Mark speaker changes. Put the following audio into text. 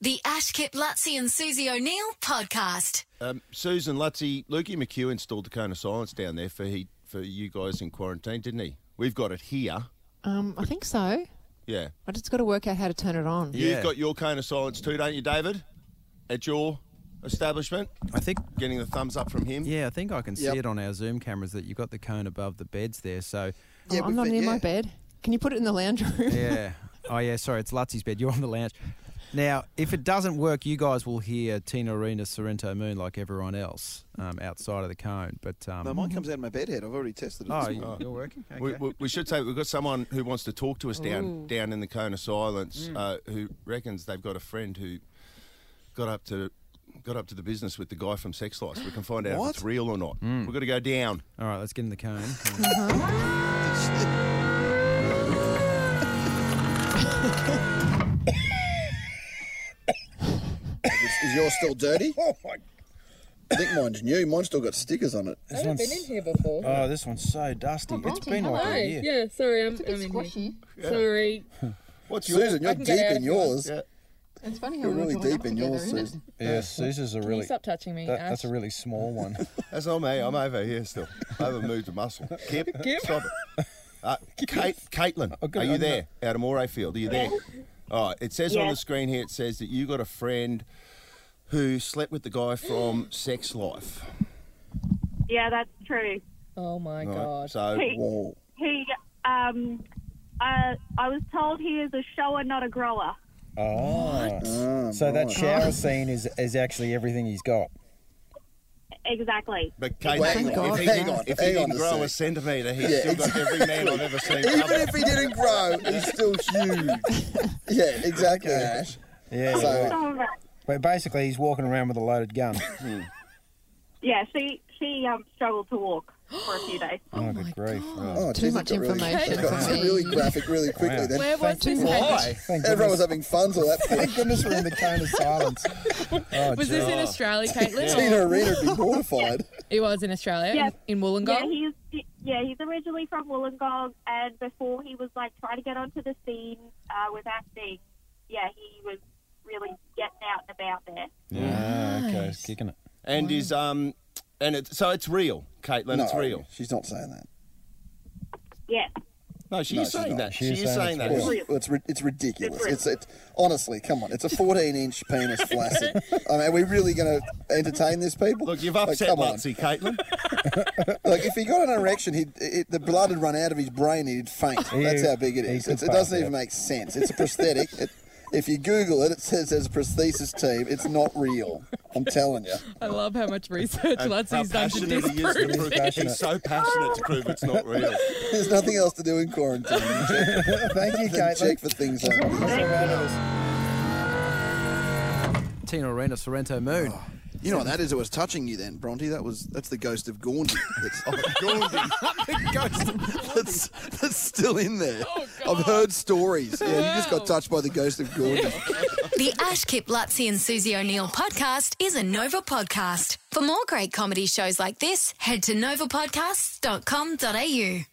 Speaker 1: The Ash Kip Lutzi and Susie O'Neill podcast.
Speaker 2: Um, Susan Lutzi, Lukey McHugh installed the cone of silence down there for he for you guys in quarantine, didn't he? We've got it here.
Speaker 3: Um, I think so.
Speaker 2: Yeah.
Speaker 3: I just got to work out how to turn it on.
Speaker 2: You've got your cone of silence too, don't you, David? At your establishment?
Speaker 4: I think.
Speaker 2: Getting the thumbs up from him.
Speaker 4: Yeah, I think I can see
Speaker 5: Yep.
Speaker 4: it on our Zoom cameras that you've got the cone above the beds there. So,
Speaker 3: Oh, I'm not
Speaker 5: but-
Speaker 3: near
Speaker 5: yeah.
Speaker 3: my bed. Can you put it in the lounge room?
Speaker 4: yeah. oh, yeah. Sorry, it's Lutzi's bed. You're on the lounge. Now, if it doesn't work, you guys will hear Tina Arena's Sorrento Moon like everyone else um, outside of the cone. But um,
Speaker 5: No, mine comes out of my bed head. I've already tested it.
Speaker 4: oh,
Speaker 5: this
Speaker 4: you-
Speaker 5: morning.
Speaker 4: you're working. Okay.
Speaker 2: We, we, we should say we've got someone who wants to talk to us down down in the cone of silence, uh, who reckons they've got a friend who got up to got up to the business with the guy from Sex Lies. We can find out
Speaker 5: What?
Speaker 2: if it's real or not. We've got to go down.
Speaker 4: All right, let's get in the cone.
Speaker 5: is, is yours still dirty?
Speaker 2: Oh my!
Speaker 5: I think mine's new. Mine's still got stickers on it.
Speaker 4: this
Speaker 6: I've been in here before.
Speaker 4: oh, this one's so dusty. It's been like
Speaker 6: Hi. Yeah, sorry, I'm, I'm in here. Sorry.
Speaker 2: What's yours?
Speaker 5: Susan, you're
Speaker 6: can get
Speaker 5: deep
Speaker 6: out
Speaker 5: in
Speaker 6: if you want.
Speaker 5: yours.
Speaker 2: Yeah.
Speaker 3: It's funny how
Speaker 5: You're
Speaker 3: we're
Speaker 5: really
Speaker 3: joined
Speaker 5: deep
Speaker 3: up
Speaker 5: in
Speaker 3: together,
Speaker 5: yours,
Speaker 3: isn't it?
Speaker 5: Susan.
Speaker 4: Yeah, Caesar's a
Speaker 6: Can you stop touching me? Ash?
Speaker 4: really small one.
Speaker 2: That's not me. I'm over here still. I haven't moved a muscle. Kip, stop it. Uh, Kate, Caitlin,
Speaker 4: Oh, good,
Speaker 2: are you
Speaker 4: I'm
Speaker 2: there? Out of Moray Field, are you there? All right. It says on the screen here. It says that you got a friend who slept with the guy from Sex Life.
Speaker 7: Yeah, that's true.
Speaker 6: Oh my
Speaker 2: Right,
Speaker 6: god.
Speaker 2: So
Speaker 7: Hey.
Speaker 5: Whoa.
Speaker 7: He, um, I, I was told he is a shower, not a grower.
Speaker 8: Oh.
Speaker 5: Ah,
Speaker 8: So that
Speaker 5: right.
Speaker 8: shower scene is is actually everything he's got.
Speaker 7: Exactly.
Speaker 2: But Kate,
Speaker 5: Wait,
Speaker 2: if,
Speaker 5: hang on,
Speaker 2: he,
Speaker 5: hang
Speaker 2: didn't-
Speaker 5: on,
Speaker 2: if he
Speaker 5: hang on
Speaker 2: didn't
Speaker 5: a
Speaker 2: grow
Speaker 5: sec.
Speaker 2: a centimetre, he's
Speaker 5: Yeah,
Speaker 2: still got every man I've ever seen.
Speaker 5: Even if he didn't grow, he's still huge. yeah, exactly, Ash.
Speaker 8: Yeah.
Speaker 5: So-
Speaker 8: right.
Speaker 7: All right.
Speaker 8: But basically, he's walking around with a loaded gun.
Speaker 7: Yeah, she she um, struggled to walk for a few days.
Speaker 8: oh, good grief. Right.
Speaker 5: Oh,
Speaker 3: Too
Speaker 5: geez, it
Speaker 3: much
Speaker 5: got really-
Speaker 3: information
Speaker 5: it got
Speaker 3: for me.
Speaker 5: really graphic really quickly
Speaker 8: Wow.
Speaker 5: then.
Speaker 6: Where was
Speaker 8: Thank
Speaker 6: this?
Speaker 8: you.
Speaker 6: Happened?
Speaker 8: Thank
Speaker 5: Everyone was
Speaker 8: goodness,
Speaker 5: having fun till that point.
Speaker 8: thank goodness we're in the cone of silence. Oh,
Speaker 6: Was this in Australia, Caitlin?
Speaker 5: Tina Arena would be mortified.
Speaker 6: It was in Australia,
Speaker 7: Yeah.
Speaker 6: in, in Wollongong.
Speaker 7: Yeah, he's yeah he's originally from Wollongong, and before he was like trying to get onto the scene uh, with acting, yeah, he was really getting out and about there.
Speaker 4: yeah, okay, it's kicking it.
Speaker 2: and is um, and it's so it's real, Caitlin. it's
Speaker 5: Mm. no,
Speaker 2: real.
Speaker 5: She's not saying that.
Speaker 7: Yeah,
Speaker 2: No, she
Speaker 5: No,
Speaker 2: is
Speaker 5: she's
Speaker 2: saying
Speaker 5: not.
Speaker 2: that.
Speaker 8: She
Speaker 2: She
Speaker 8: is
Speaker 2: is
Speaker 8: saying
Speaker 2: saying
Speaker 8: it's
Speaker 2: that.
Speaker 5: Well,
Speaker 7: real.
Speaker 5: it's ri- it's ridiculous.
Speaker 7: It's real.
Speaker 5: It's it. Honestly, come on. It's a 14 inch penis flaccid. I mean, are we really going to entertain this people?
Speaker 2: Look, you've
Speaker 5: Like,
Speaker 2: upset
Speaker 5: come on.
Speaker 2: Lutzy, Caitlin.
Speaker 5: Like if he got an erection, he'd it, the blood would run out of his brain. He'd faint.
Speaker 8: He-
Speaker 5: That's how big it
Speaker 8: he
Speaker 5: is.
Speaker 8: could
Speaker 5: It's, it
Speaker 8: pass
Speaker 5: doesn't
Speaker 8: out.
Speaker 5: even make sense. It's a prosthetic. It, if you Google it, it says there's a prosthesis team. It's not real. I'm telling you.
Speaker 6: I love how much research Lutzie's done to
Speaker 2: passionate he is
Speaker 6: disprove
Speaker 2: to prove
Speaker 6: it.
Speaker 2: it. He's so passionate to prove it's not real.
Speaker 5: There's nothing else to do in quarantine.
Speaker 8: Thank you,
Speaker 5: Then check
Speaker 8: Caitlin.
Speaker 5: for things like this.
Speaker 4: Tina Arena, Sorrento Moon.
Speaker 5: You know what that is? It was touching you then, Bronte. That was that's the ghost of Gaunt. That's, oh, that's, that's still in there. I've heard stories. Yeah, you just got
Speaker 6: Wow.
Speaker 5: touched by the ghost of Gaunt.
Speaker 1: The Ash Kip Lutzi and Susie O'Neill podcast is a Nova podcast. For more great comedy shows like this, head to novapodcasts.com.au.